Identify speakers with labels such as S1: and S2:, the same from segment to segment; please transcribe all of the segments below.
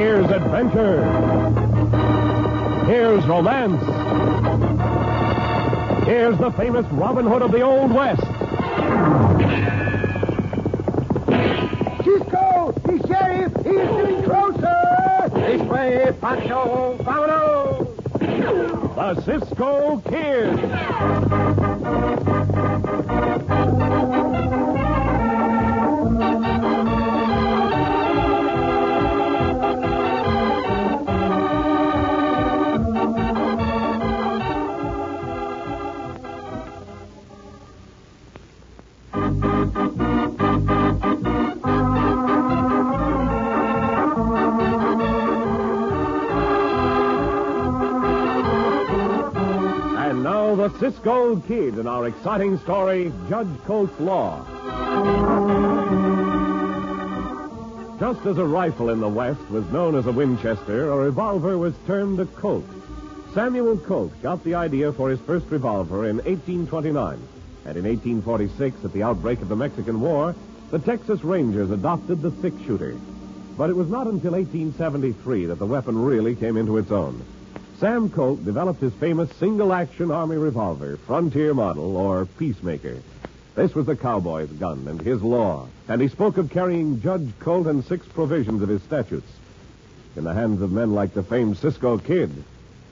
S1: adventure. Here's romance. Here's the famous Robin Hood of the Old West.
S2: Cisco, the sheriff, he's getting closer.
S3: This way, Pancho. Vámonos.
S1: The Cisco Kid. And now the Cisco Kid in our exciting story, Judge Colt's Law. Just as a rifle in the West was known as a Winchester, a revolver was termed a Colt. Samuel Colt got the idea for his first revolver in 1829. And in 1846, at the outbreak of the Mexican War, the Texas Rangers adopted the six shooter. But it was not until 1873 that the weapon really came into its own. Sam Colt developed his famous single action army revolver, Frontier Model, or Peacemaker. This was the cowboy's gun and his law, and he spoke of carrying Judge Colt and six provisions of his statutes. In the hands of men like the famed Cisco Kid,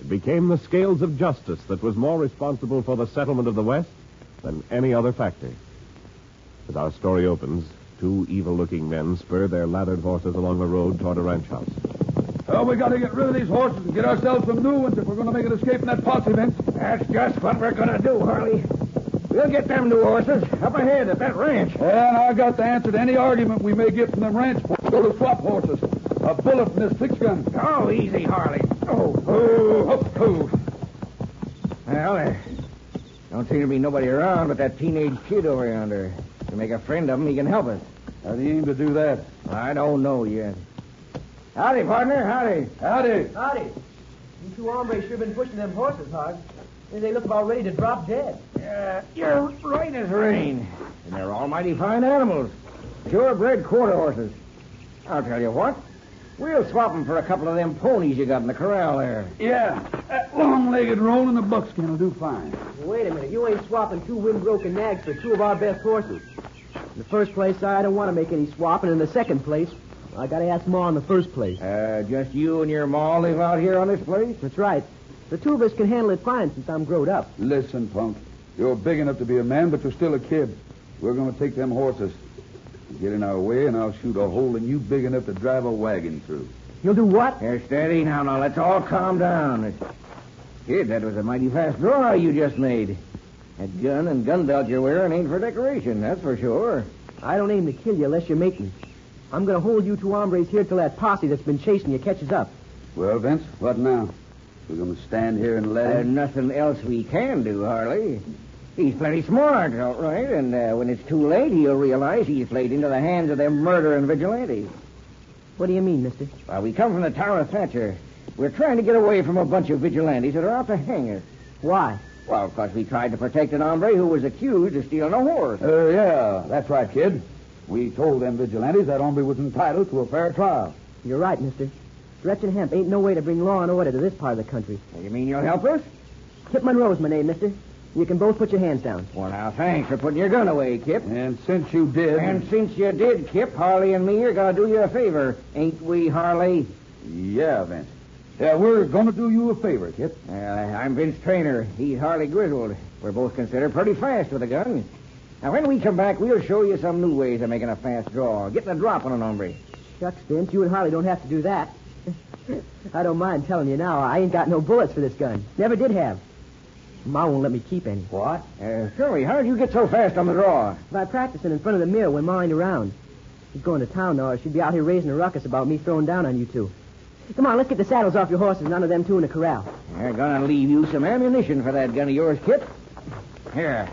S1: it became the scales of justice that was more responsible for the settlement of the West than any other factor. As our story opens, two evil looking men spur their lathered horses along the road toward a ranch house.
S2: Oh, we got to get rid of these horses and get ourselves some new ones if we're going to make an escape from that posse, Vince.
S3: That's just what we're going to do, Harley. We'll get them new horses up ahead at that ranch.
S2: And I got the answer to any argument we may get from them ranch folks. Go to swap horses. A bullet from this six gun.
S3: Oh, easy, Harley. Oh,
S2: Oh, up, cool.
S3: Well, there don't seem to be nobody around but that teenage kid over yonder. If we make a friend of him, he can help us.
S2: How do you aim to do that?
S3: I don't know yet. Howdy, partner. Howdy.
S2: Howdy.
S4: Howdy. You two hombres sure been pushing them horses hard. They look about ready to drop dead.
S3: Uh, you're right as rain. And they're almighty fine animals. Purebred quarter horses. I'll tell you what. We'll swap 'em for a couple of them ponies you got in the corral there.
S2: Yeah, that long-legged roan and the buckskin will do fine.
S4: Wait a minute. You ain't swapping two windbroken nags for two of our best horses. In the first place, I don't want to make any swapping. In the second place, I got to ask Ma in the first place.
S3: Uh, just you and your ma live out here on this place?
S4: That's right. The two of us can handle it fine since I'm growed up.
S2: Listen, punk. You're big enough to be a man, but you're still a kid. We're going to take them horses. Get in our way, and I'll shoot a hole in you big enough to drive a wagon through.
S4: You'll do what?
S3: Here, steady. Now, now, let's all calm down. Kid, that was a mighty fast draw you just made. That gun and gun belt you're wearing ain't for decoration, that's for sure.
S4: I don't aim to kill you unless you make me. I'm going to hold you two hombres here till that posse that's been chasing you catches up.
S2: Well, Vince, what now? We're going to stand here and let
S3: There's
S2: him.
S3: Uh, nothing else we can do, Harley. He's plenty smart, all right, and uh, when it's too late, he'll realize he's laid into the hands of them murdering vigilantes.
S4: What do you mean, mister?
S3: Well, we come from the Tower of Thatcher. We're trying to get away from a bunch of vigilantes that are out to hang us.
S4: Why?
S3: Well, of course, we tried to protect an hombre who was accused of stealing a horse.
S2: Uh, yeah, that's right, kid. We told them vigilantes that hombre was entitled to a fair trial.
S4: You're right, mister. Gretchen Hemp ain't no way to bring law and order to this part of the country.
S3: You mean you'll help us?
S4: Kip Monroe's my name, mister. You can both put your hands down.
S3: Well, now, thanks for putting your gun away, Kip.
S2: And since you did.
S3: And since you did, Kip, Harley and me are going to do you a favor. Ain't we, Harley?
S2: Yeah, Vince. Yeah, we're going to do you a favor, kid.
S3: Uh, I'm Vince Trainer. He's Harley Griswold. We're both considered pretty fast with a gun. Now, when we come back, we'll show you some new ways of making a fast draw, getting a drop on an hombre.
S4: Shucks, Vince, you and Harley don't have to do that. I don't mind telling you now, I ain't got no bullets for this gun. Never did have. Ma won't let me keep any.
S3: What? Uh, Shirley, how'd you get so fast on the draw?
S4: By practicing in front of the mirror when Ma ain't around. She's going to town now, or she'd be out here raising a ruckus about me throwing down on you two. Come on, let's get the saddles off your horses and onto them two in the corral.
S3: They're going to leave you some ammunition for that gun of yours, Kip. Here.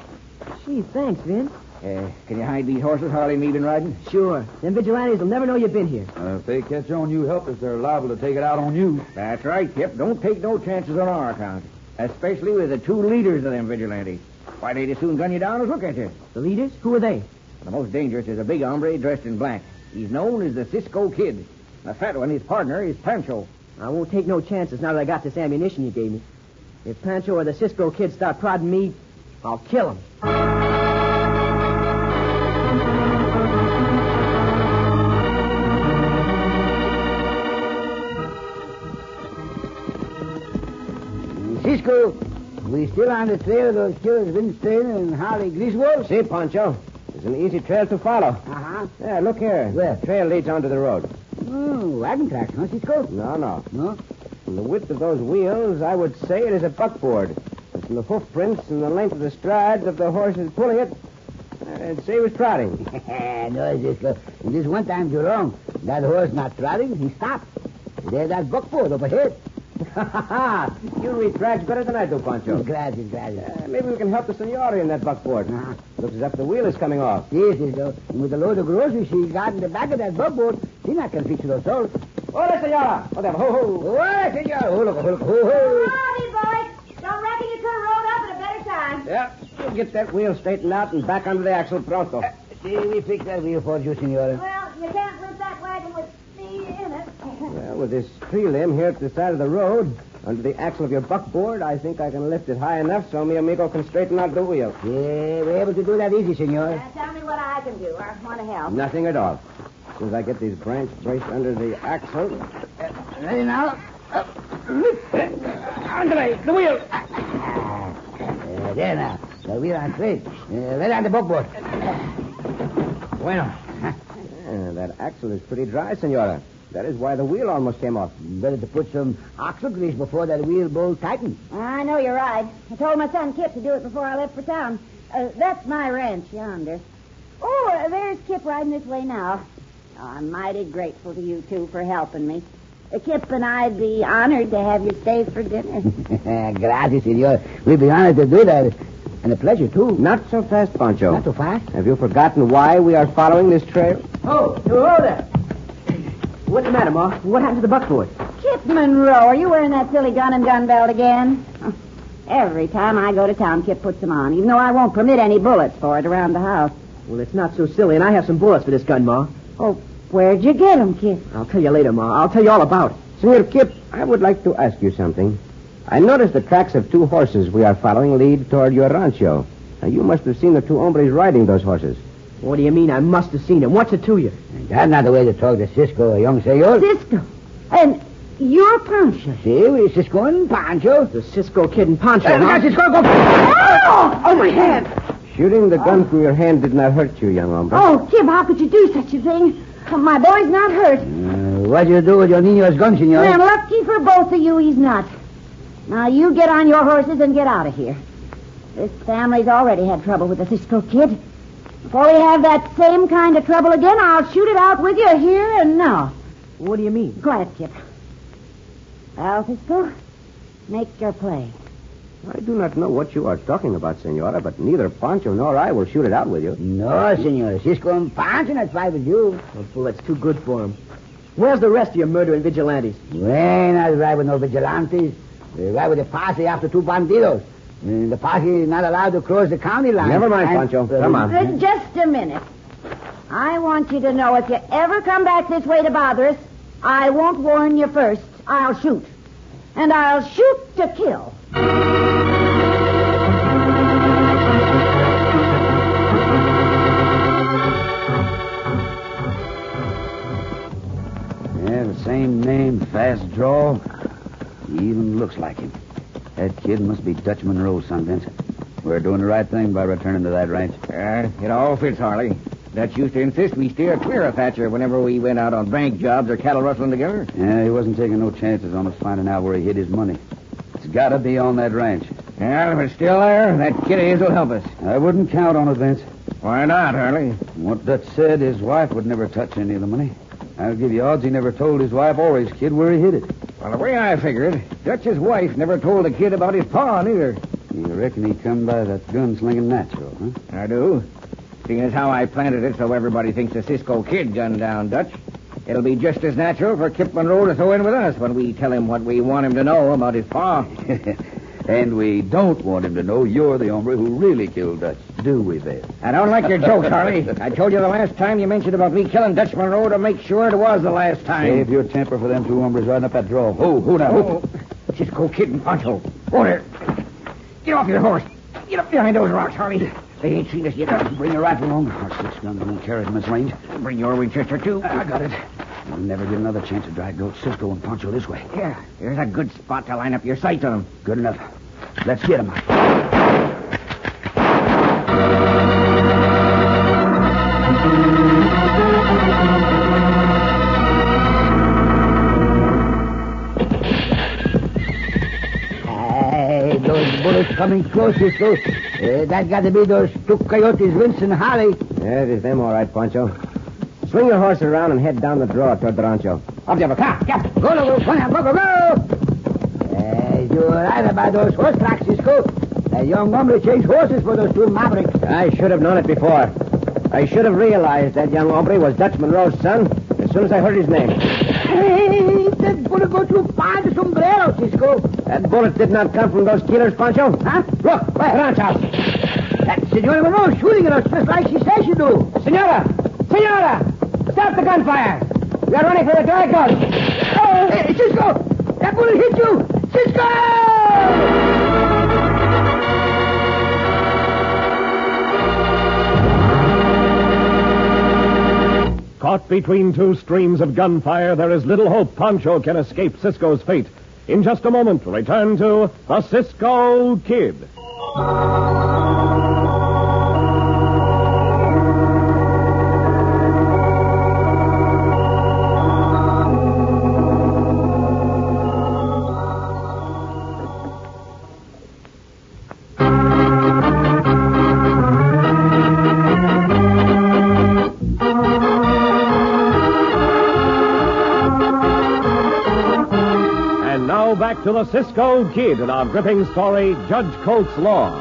S4: Gee, thanks, Vince.
S3: Uh, can you hide these horses Harley and me been riding?
S4: Sure. Them vigilantes will never know you've been here.
S2: Uh, if they catch on you help us, they're liable to take it out on you.
S3: That's right, Kip. Don't take no chances on our account. Especially with the two leaders of them vigilantes. Why, they'd as soon gun you down as look at you.
S4: The leaders? Who are they?
S3: The most dangerous is a big hombre dressed in black. He's known as the Cisco Kid. The fat one, his partner, is Pancho.
S4: I won't take no chances now that I got this ammunition you gave me. If Pancho or the Cisco kid start prodding me, I'll kill him.
S3: Cisco, we still on the trail of those killers Winston and Harley Griswold? See, Pancho. It's an easy trail to follow. Uh-huh. Yeah, look here. Where? The trail leads onto the road. Oh, wagon tracks, huh, Cisco? No, no. No? From the width of those wheels, I would say it is a buckboard. And from the hoof prints and the length of the strides of the horses pulling it,
S5: Uh,
S3: I'd say it was trotting.
S5: no, Cisco. This one time you're wrong. That horse not trotting, he stopped. There's that buckboard over here.
S3: Ha ha ha! You read tracks better than I do, Pancho.
S5: Gracias, gracias.
S3: Uh, maybe we can help the senora in that buckboard.
S5: Uh-huh.
S3: Looks as if the wheel is coming off.
S5: Yes, Cisco. With the load of groceries she got in the back of that buckboard, she not can fix those holes.
S3: Hola, senora! Oh, them, ho ho!
S5: Why, senor? Oh, look, oh, look, oh, oh.
S6: Howdy, boys. Don't reckon you could have rolled up at a better time.
S3: Yeah, we'll get that wheel straightened out and back under the axle pronto.
S5: Uh, See, we fix that wheel for you, senora.
S6: Well, you can't lift that wagon with me in it.
S3: Well, with this tree limb here at the side of the road, under the axle of your buckboard, I think I can lift it high enough so mi amigo can straighten out the wheel.
S5: Yeah, we're able to do that easy, senor.
S6: Now, tell me what I can do. I want to help.
S3: Nothing at all. As soon as I get these branch braced under the axle. Uh, ready now? Uh, lift it. Andre, the wheel.
S5: Uh, there now. The wheel on straight. Uh, right on the buckboard. Bueno.
S3: Uh, that axle is pretty dry, senora. That is why the wheel almost came off.
S5: Better to put some oxo grease before that wheel bolt tightens.
S6: I know you're right. I told my son Kip to do it before I left for town. Uh, that's my ranch yonder. Oh, uh, there's Kip riding this way now. Oh, I'm mighty grateful to you two for helping me. Uh, Kip and I'd be honored to have you stay for dinner.
S5: gracias, senor. We'll be honored to do that. And a pleasure, too.
S3: Not so fast, Pancho.
S5: Not too fast.
S3: Have you forgotten why we are following this trail?
S4: Oh, you hold there. What's the matter, Ma? What happened to the buckboard?
S6: Kip Monroe, are you wearing that silly gun and gun belt again? Every time I go to town, Kip puts them on, even though I won't permit any bullets for it around the house.
S4: Well, it's not so silly, and I have some bullets for this gun, Ma.
S6: Oh, where'd you get 'em, Kip?
S4: I'll tell you later, Ma. I'll tell you all about it.
S3: Senor Kip, I would like to ask you something. I noticed the tracks of two horses we are following lead toward your rancho. Now, you must have seen the two hombres riding those horses.
S4: What do you mean? I must have seen him. What's it to you?
S5: That's not the way to talk to Cisco, young senor.
S6: Cisco. And you're Pancho.
S5: See, we Cisco and Pancho.
S4: The Cisco Kid and Pancho.
S5: Hey, look
S4: huh?
S5: out, Cisco, go.
S6: Oh, oh, my hand.
S3: Shooting the gun through your hand did not hurt you, young hombre.
S6: Oh, Kip, how could you do such a thing? My boy's not hurt.
S5: Uh, what do you do with your niño's gun, senor?
S6: And lucky for both of you, he's not. Now, you get on your horses and get out of here. This family's already had trouble with the Cisco Kid. Before we have that same kind of trouble again, I'll shoot it out with you here and now.
S4: What do you mean?
S6: Quiet, Kip. Well, Cisco, make your play.
S3: I do not know what you are talking about, senora, but neither Pancho nor I will shoot it out with you.
S5: No, senor. Cisco and Pancho not fight with you.
S4: Oh, bullets too good for him. Where's the rest of your murdering vigilantes?
S5: We ain't not ride with no vigilantes. We ride with the posse after two bandidos. Uh, The posse is not allowed to cross the county line.
S3: Never mind,
S5: And-
S3: Pancho. Come on.
S6: Uh, just a minute. I want you to know if you ever come back this way to bother us, I won't warn you first. I'll shoot. And I'll shoot to kill.
S2: Yeah, the same name, fast draw. He even looks like him. That kid must be Dutch Monroe, son Vincent. We're doing the right thing by returning to that ranch.
S3: Uh, it all fits, Harley. Dutch used to insist we steer clear of Thatcher whenever we went out on bank jobs or cattle rustling together.
S2: Yeah, he wasn't taking no chances on us finding out where he hid his money. It's gotta be on that ranch.
S3: Well, if it's still there, that kid of his will help us.
S2: I wouldn't count on it, Vince.
S3: Why not, Harley?
S2: From what Dutch said, his wife would never touch any of the money. I'll give you odds he never told his wife or his kid where he hid it.
S3: Well, the way I figured, Dutch's wife never told the kid about his pawn either.
S2: You reckon he come by that gunslinging natural, huh?
S3: I do. Seeing as how I planted it so everybody thinks the Cisco kid gunned down Dutch, it'll be just as natural for Kip Monroe to throw in with us when we tell him what we want him to know about his paw.
S2: Hey, And we don't want him to know you're the hombre who really killed Dutch, do we, Bill?
S3: I don't like your jokes, Harvey. I told you the last time you mentioned about me killing Dutch Monroe to make sure it was the last
S2: Save
S3: time.
S2: your temper for them two hombres riding up that draw. Who? Who now?
S3: Oh, just go kid and Poncho. Order. Get off your horse. Get up behind those rocks, Harvey. They ain't seen us yet. Bring your rifle along. Our six guns won't carry them this range. Uh. Bring your Winchester, too. Ah, I got it. We'll never get another chance to drive those Cisco and Poncho this way. Yeah, here's a good spot to line up your sights on them. Good enough. Let's get them.
S5: Hey, those bullets coming close, Cisco. Uh, that got to be those two coyotes, Winston Harley.
S3: Yeah, it is them, all right, Poncho. Swing your horse around and head down the draw toward the rancho. Up, Java. Come,
S5: Yeah, go, go, go, now, go, go, go. Uh, you're right about those horse tracks, Cisco. That young hombre changed horses for those two mavericks.
S3: I should have known it before. I should have realized that young hombre was Dutch Monroe's son as soon as I heard his name.
S5: Hey, that bullet go through by the sombrero, Cisco.
S3: That bullet did not come from those killers, Pancho.
S5: Huh?
S3: Look, right, rancho.
S5: That's Senora Monroe shooting at us just like she says she do.
S3: Senora! Senora! Stop the gunfire! We are running for the dry gulch.
S5: Oh, hey, Cisco, that bullet hit you. Cisco!
S1: Caught between two streams of gunfire, there is little hope Poncho can escape Cisco's fate. In just a moment, return to the Cisco Kid. And now back to the Cisco Kid and our gripping story, Judge Colt's Law.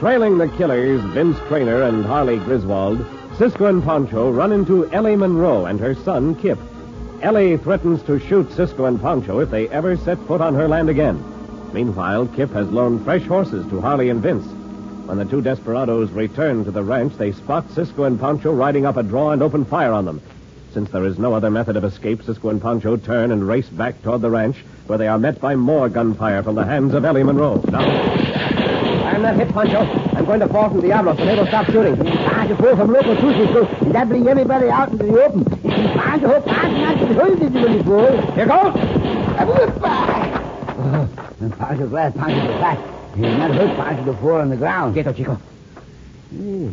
S1: Trailing the killers, Vince Trainer and Harley Griswold, Cisco and Poncho run into Ellie Monroe and her son, Kip. Ellie threatens to shoot Cisco and Poncho if they ever set foot on her land again. Meanwhile, Kip has loaned fresh horses to Harley and Vince. When the two desperados return to the ranch, they spot Cisco and Poncho riding up a draw and open fire on them. Since there is no other method of escape, Cisco and Pancho turn and race back toward the ranch, where they are met by more gunfire from the hands of Ellie Monroe. Now,
S3: I'm not hit, Pancho. I'm going to fall from Diablo, so they will stop shooting. Ah,
S5: Find a fool from local too, Cisco. That bring everybody out into the open. Find a whole party not to be hurt into the fool.
S3: Here Ah, goes!
S5: Part of that, part of that. He not hurt part of the four on the ground.
S3: Quieto, chico.
S5: Hmm.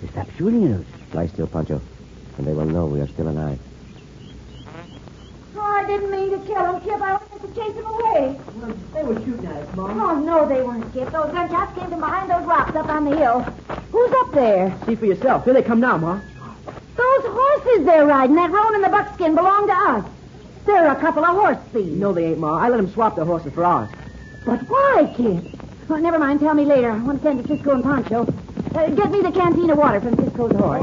S5: They stop shooting at us.
S3: Lie still, Pancho, and they will know we are still alive.
S6: Oh, I didn't mean to kill him, Kip. I wanted to chase him away.
S4: They were shooting at us, Mom.
S6: Oh, no, they weren't, Kip. Those gunshots came from behind those rocks up on the hill. Who's up there?
S4: See for yourself. Here they come now, Ma.
S6: Those horses they're riding, that roan and the buckskin, belong to us. They're a couple of horse thieves.
S4: No, they ain't, Ma. I let them swap their horses for ours.
S6: But why, Kip? Oh, never mind. Tell me later. I want to send to Cisco and Pancho. Uh, get me the canteen of water from Cisco's
S2: Oh,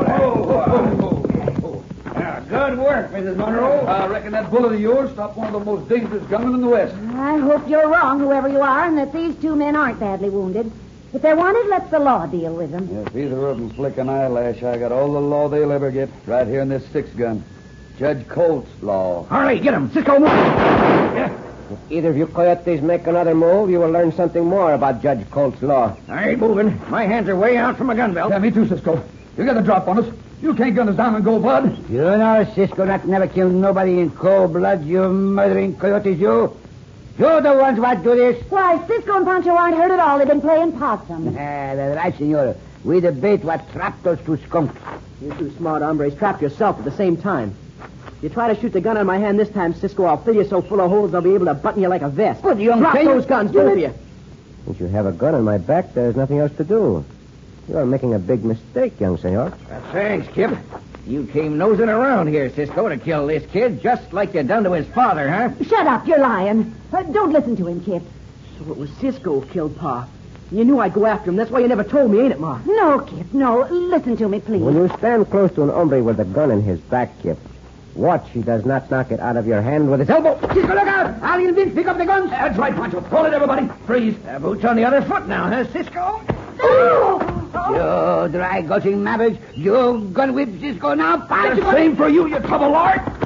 S6: horse.
S2: good work, Mrs. Monroe. I reckon that bullet of yours stopped one of the most dangerous gunmen in the West.
S6: I hope you're wrong, whoever you are, and that these two men aren't badly wounded. If they're wanted, let the law deal with them.
S2: If either of them flick an eyelash, I got all the law they'll ever get right here in this six gun. Judge Colt's law.
S3: Harley, get him! Cisco, move! If either of you coyotes make another move, you will learn something more about Judge Colt's law. I ain't moving. My hands are way out from a gun belt.
S2: me too, Cisco. You got the drop on us. You can't gun us down in cold blood.
S5: You know, Cisco, not never kill nobody in cold blood, you murdering coyotes, you. You're the ones what do this.
S6: Why, Cisco and Pancho aren't hurt at all. They've been playing possum.
S5: Ah, that's right, senor. We the bait what trapped those two skunks.
S4: You two smart hombres trapped yourself at the same time. You try to shoot the gun on my hand this time, Cisco, I'll fill you so full of holes I'll be able to button you like a vest.
S5: But, young
S4: Drop
S5: thing-
S4: those guns, both of you.
S3: Since you have a gun on my back, there's nothing else to do. You are making a big mistake, young senor.
S5: thanks, Kip. You came nosing around here, Cisco, to kill this kid, just like you done to his father, huh?
S6: Shut up. You're lying. Uh, don't listen to him, Kip.
S4: So it was Cisco who killed Pa. You knew I'd go after him. That's why you never told me, ain't it, Ma?
S6: No, Kip, no. Listen to me, please.
S3: When you stand close to an hombre with a gun in his back, Kip, Watch he does not knock it out of your hand with his elbow.
S5: Cisco, look out! Harley and Vince, pick up the guns.
S4: That's right, Pancho. Hold it, everybody. Freeze.
S5: Uh,
S4: boots on the other foot now, huh, Cisco? Oh.
S5: You dry gushing mavericks. You gun whip Cisco now. Punch him.
S4: Same for you, you trouble lord.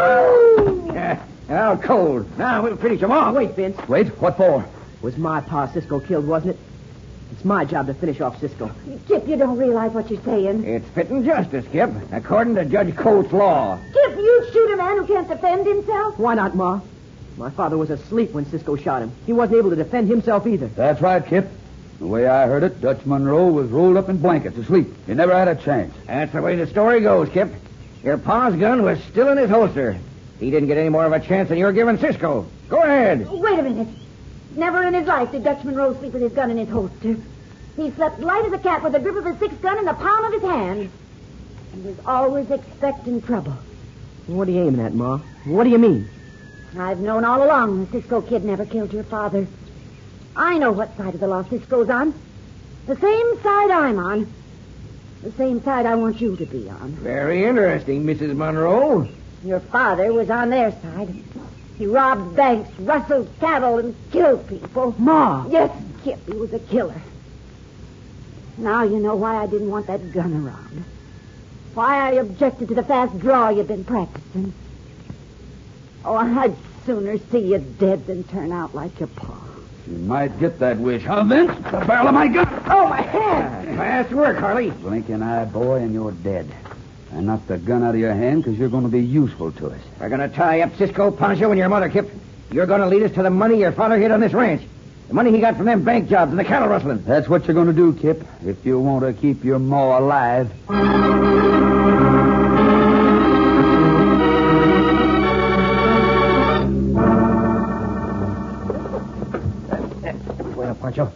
S5: Yeah, they're all cold. Now we'll finish them off.
S4: Wait, Vince.
S5: Wait, what for?
S4: Was my pa Cisco killed, wasn't it? It's my job to finish off Cisco.
S6: Kip, you don't realize what you're saying.
S5: It's fit and justice, Skip, according to Judge Colt's law.
S6: Kip, you shoot a man who can't defend himself?
S4: Why not, Ma? My father was asleep when Cisco shot him. He wasn't able to defend himself either.
S2: That's right, Kip. The way I heard it, Dutch Monroe was rolled up in blankets asleep. He never had a chance.
S5: That's the way the story goes, Skip. Your pa's gun was still in his holster. He didn't get any more of a chance than you're giving Cisco. Go ahead.
S6: Wait a minute. Never in his life did Dutch Monroe sleep with his gun in his holster. He slept light as a cat with the grip of his six gun in the palm of his hand. And was always expecting trouble.
S4: What are you aiming at, Ma? What do you mean?
S6: I've known all along the Cisco kid never killed your father. I know what side of the law Cisco's on. The same side I'm on. The same side I want you to be on.
S5: Very interesting, Mrs. Monroe.
S6: Your father was on their side. He robbed banks, rustled cattle, and killed people.
S4: Ma!
S6: Yes, Kip, he was a killer. Now you know why I didn't want that gun around. Why I objected to the fast draw you'd been practicing. Oh, I'd sooner see you dead than turn out like your pa.
S2: You might get that wish, huh, Vince? The barrel of my gun.
S6: Oh, my hand!
S5: Fast work, Harley.
S2: Blinking eye, boy, and you're dead. I knocked the gun out of your hand because you're going to be useful to us.
S5: We're going to tie up Cisco, Pancho, and your mother, Kip. You're going to lead us to the money your father hid on this ranch. The money he got from them bank jobs and the cattle rustling.
S2: That's what you're going to do, Kip, if you want to keep your ma alive.
S3: Well, Pancho,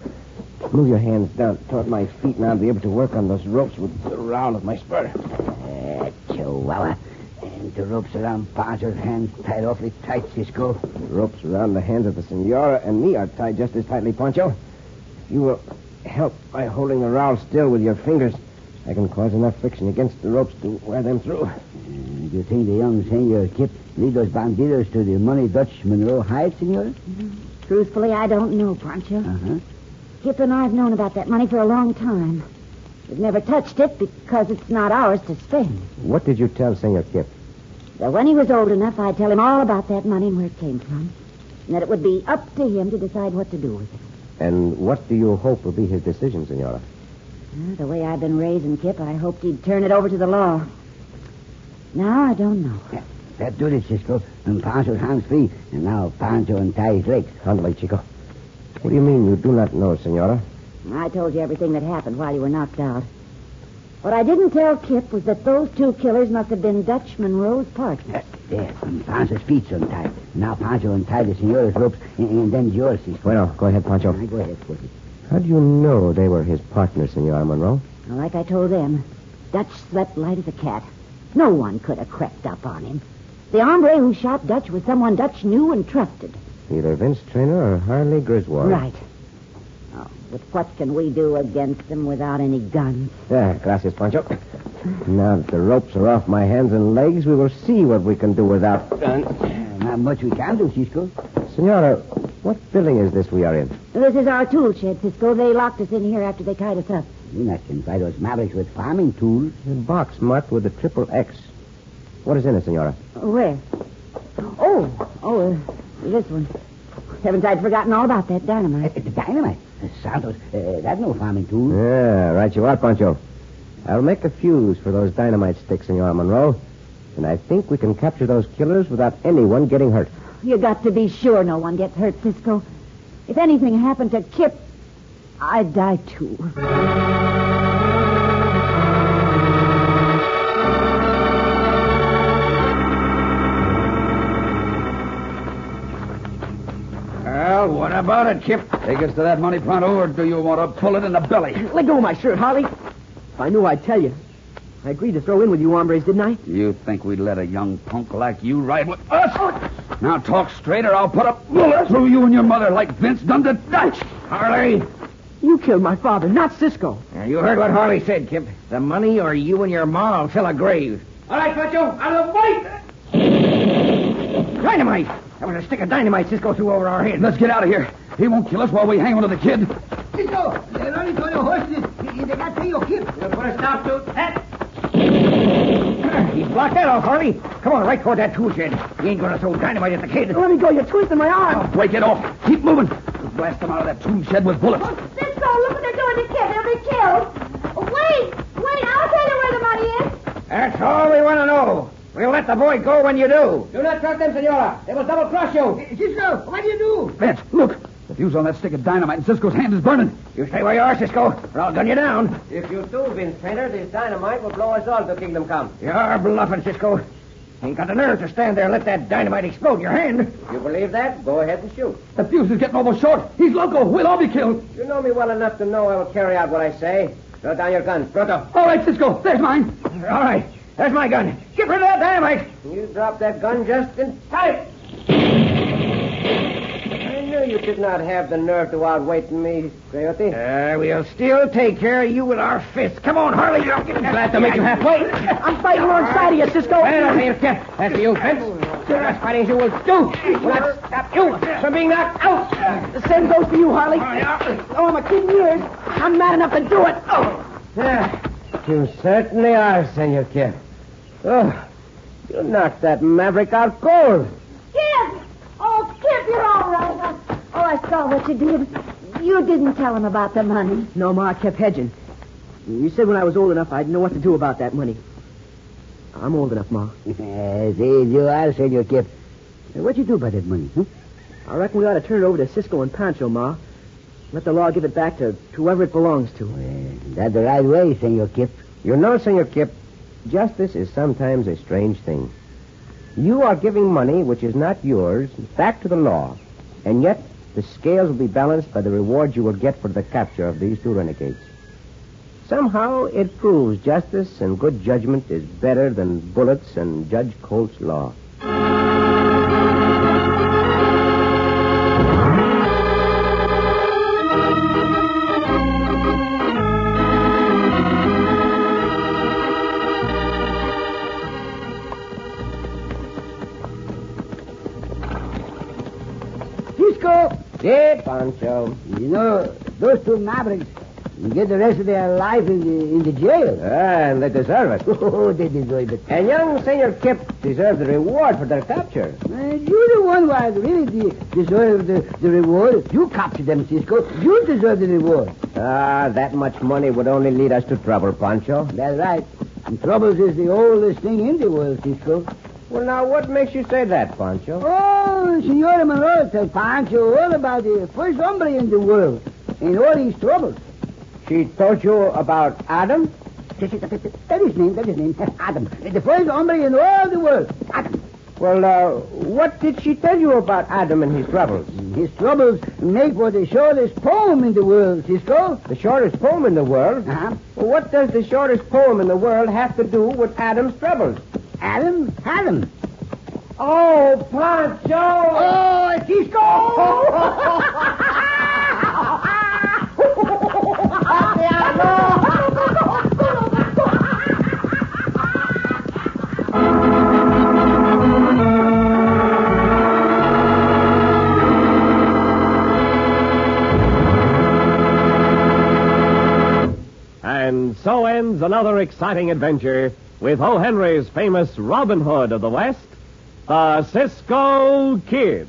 S3: move your hands down toward my feet, and I'll be able to work on those ropes with the round of my spur.
S5: Uh, Chihuahua. And the ropes around Pancho's hands tied awfully tight, Cisco.
S3: The ropes around the hands of the senora and me are tied just as tightly, Pancho. If you will help by holding the rowel still with your fingers, I can cause enough friction against the ropes to wear them through.
S5: Do you think the young senor Kip lead those bandidos to the money Dutch Monroe hides, senor?
S6: Truthfully, I don't know, Pancho.
S5: Uh-huh.
S6: Kip and I've known about that money for a long time. We've never touched it because it's not ours to spend.
S3: What did you tell Senor Kip?
S6: But when he was old enough, I'd tell him all about that money and where it came from. And that it would be up to him to decide what to do with it.
S3: And what do you hope will be his decision, Senora?
S6: Uh, The way I've been raising Kip, I hoped he'd turn it over to the law. Now I don't know.
S5: That do it, Cisco. And Pancho's hands free. And now Pancho untie his legs.
S3: Handle, Chico. What do you mean you do not know, Senora?
S6: I told you everything that happened while you were knocked out. What I didn't tell Kip was that those two killers must have been Dutch Monroe's partners.
S5: There, and Pancho's feet's untied. Now Pancho untie the senor's ropes, and, and then yours, Cisco.
S3: Bueno, go ahead, Pancho.
S5: Now, go ahead, Cisco.
S3: How do you know they were his partners, Senora Monroe?
S6: Now, Like I told them, Dutch slept light as a cat. No one could have crept up on him. The hombre who shot Dutch was someone Dutch knew and trusted.
S3: Either Vince Trainer or Harley Griswold.
S6: Right. Oh, but what can we do against them without any guns?
S3: There, gracias, Pancho. Now that the ropes are off my hands and legs, we will see what we can do without.
S5: Not much we can do, Cisco.
S3: Senora, what building is this we are in?
S6: This is our tool shed, Cisco. They locked us in here after they tied us up.
S5: We must try those mavericks with farming tools.
S3: A box marked with a triple X. What is in it, Senora?
S6: Where? Oh, oh, uh, this one. Heavens, I'd forgotten all about that
S5: Uh,
S6: dynamite.
S5: the dynamite. Uh, Santos, uh, that's no farming tool.
S3: Yeah, right you are, Pancho. I'll make a fuse for those dynamite sticks, Senora Monroe. And I think we can capture those killers without anyone getting hurt.
S6: You got to be sure no one gets hurt, Cisco. If anything happened to Kip, I'd die too.
S2: Well, what about it, Kip? Take us to that money pronto, or do you want to pull it in the belly?
S4: Let go of my shirt, Harley. If I knew, I'd tell you. I agreed to throw in with you hombres, didn't I?
S2: You think we'd let a young punk like you ride with us? Now talk straight, or I'll put a bullet through you and your mother like Vince done to Dutch.
S5: Harley!
S4: You killed my father, not Cisco.
S5: Uh, you heard what Harley said, Kip. The money or you and your ma will fill a grave.
S4: All right, Pancho, out of the fight!
S3: Dynamite! That was a stick of dynamite Cisco threw over our head.
S2: Let's get out of here. He won't kill us while we hang on to the kid.
S3: Cisco, they're running for your horses. They got to your kid.
S4: You're going to stop, dude?
S3: He's Eh, blocked that off, Harvey. Come on, right toward that tool shed. He ain't gonna throw dynamite at the kid. Let me go. You're twisting my arm.
S2: Break it off. Keep moving. We'll blast them out of that tool shed with bullets.
S5: Cisco, look what they're doing to Kip. They'll be killed. Wait, wait, I'll tell you where the money is.
S3: That's all we want to know. We'll let the boy go when you do.
S4: Do not trust them, senora. They will double cross you.
S3: Cisco, what do you do?
S2: Vance, look. The fuse on that stick of dynamite in Cisco's hand is burning.
S3: You stay where you are, Cisco, or I'll gun you down.
S4: If you do, Vince Painter, this dynamite will blow us all to Kingdom Come.
S3: You're bluffing, Cisco. You ain't got the nerve to stand there and let that dynamite explode in your hand.
S4: You believe that? Go ahead and shoot.
S2: The fuse is getting almost short. He's loco. We'll all be killed.
S4: You know me well enough to know I will carry out what I say. Throw down your guns, Proto.
S2: All right, Cisco. There's mine.
S3: All right, there's my gun. Get rid of that dynamite.
S4: You dropped that gun just in time. I knew you did not have the nerve to outwait me, Coyote.
S3: Uh, we'll still take care of you with our fists. Come on, Harley. I'm glad to make you halfway. I'm fighting alongside of you, Cisco. Well, here, Kip. That's you, Vince. You're as fighting as you will do. We'll not stop you from being knocked out. The same goes for you, Harley. Oh, I'm a kid in years. I'm mad enough to do it. Oh.
S4: You certainly are, Senor Kid. Oh, you knocked that maverick out cold.
S5: Kip! Oh, Kip, you're all right. Oh, I saw what you did. You didn't tell him about the money.
S4: No, Ma, I kept hedging. You said when I was old enough, I'd know what to do about that money. I'm old enough, Ma.
S3: As you are, Senor Kip. What you do about that money? Huh?
S4: I reckon we ought to turn it over to Cisco and Pancho, Ma. Let the law give it back to whoever it belongs to.
S3: That's the right way, Senor Kip.
S7: You know, Senor Kip, justice is sometimes a strange thing. You are giving money which is not yours back to the law, and yet the scales will be balanced by the reward you will get for the capture of these two renegades. Somehow it proves justice and good judgment is better than bullets and Judge Colt's law.
S3: Cisco,
S7: Yeah, Pancho.
S3: you know, those two mavericks you get the rest of their life in the, in the jail.
S7: Ah, And they deserve it.
S3: Oh, they deserve it.
S7: And young Senor Kip deserves the reward for their capture.
S3: Man, you're the one who has really de- deserve the, the reward. You captured them, Cisco. You deserve the reward.
S7: Ah, that much money would only lead us to trouble, Pancho.
S3: That's right. And troubles is the oldest thing in the world, Cisco.
S7: Well, now, what makes you say that, Pancho?
S3: Oh, Senora Monroe tell Pancho all about the first hombre in the world and all his troubles.
S7: She told you about Adam?
S3: That is name, that is name. Adam. The first hombre in all the world. Adam.
S7: Well, uh, what did she tell you about Adam and his troubles?
S3: His troubles make for the shortest poem in the world, Cisco.
S7: The shortest poem in the world?
S3: Uh-huh.
S7: Well, what does the shortest poem in the world have to do with Adam's troubles?
S3: Adam? Adam.
S7: Oh, Pancho!
S3: Oh, Cisco!
S1: And so ends another exciting adventure with O. Henry's famous Robin Hood of the West, the Cisco Kid.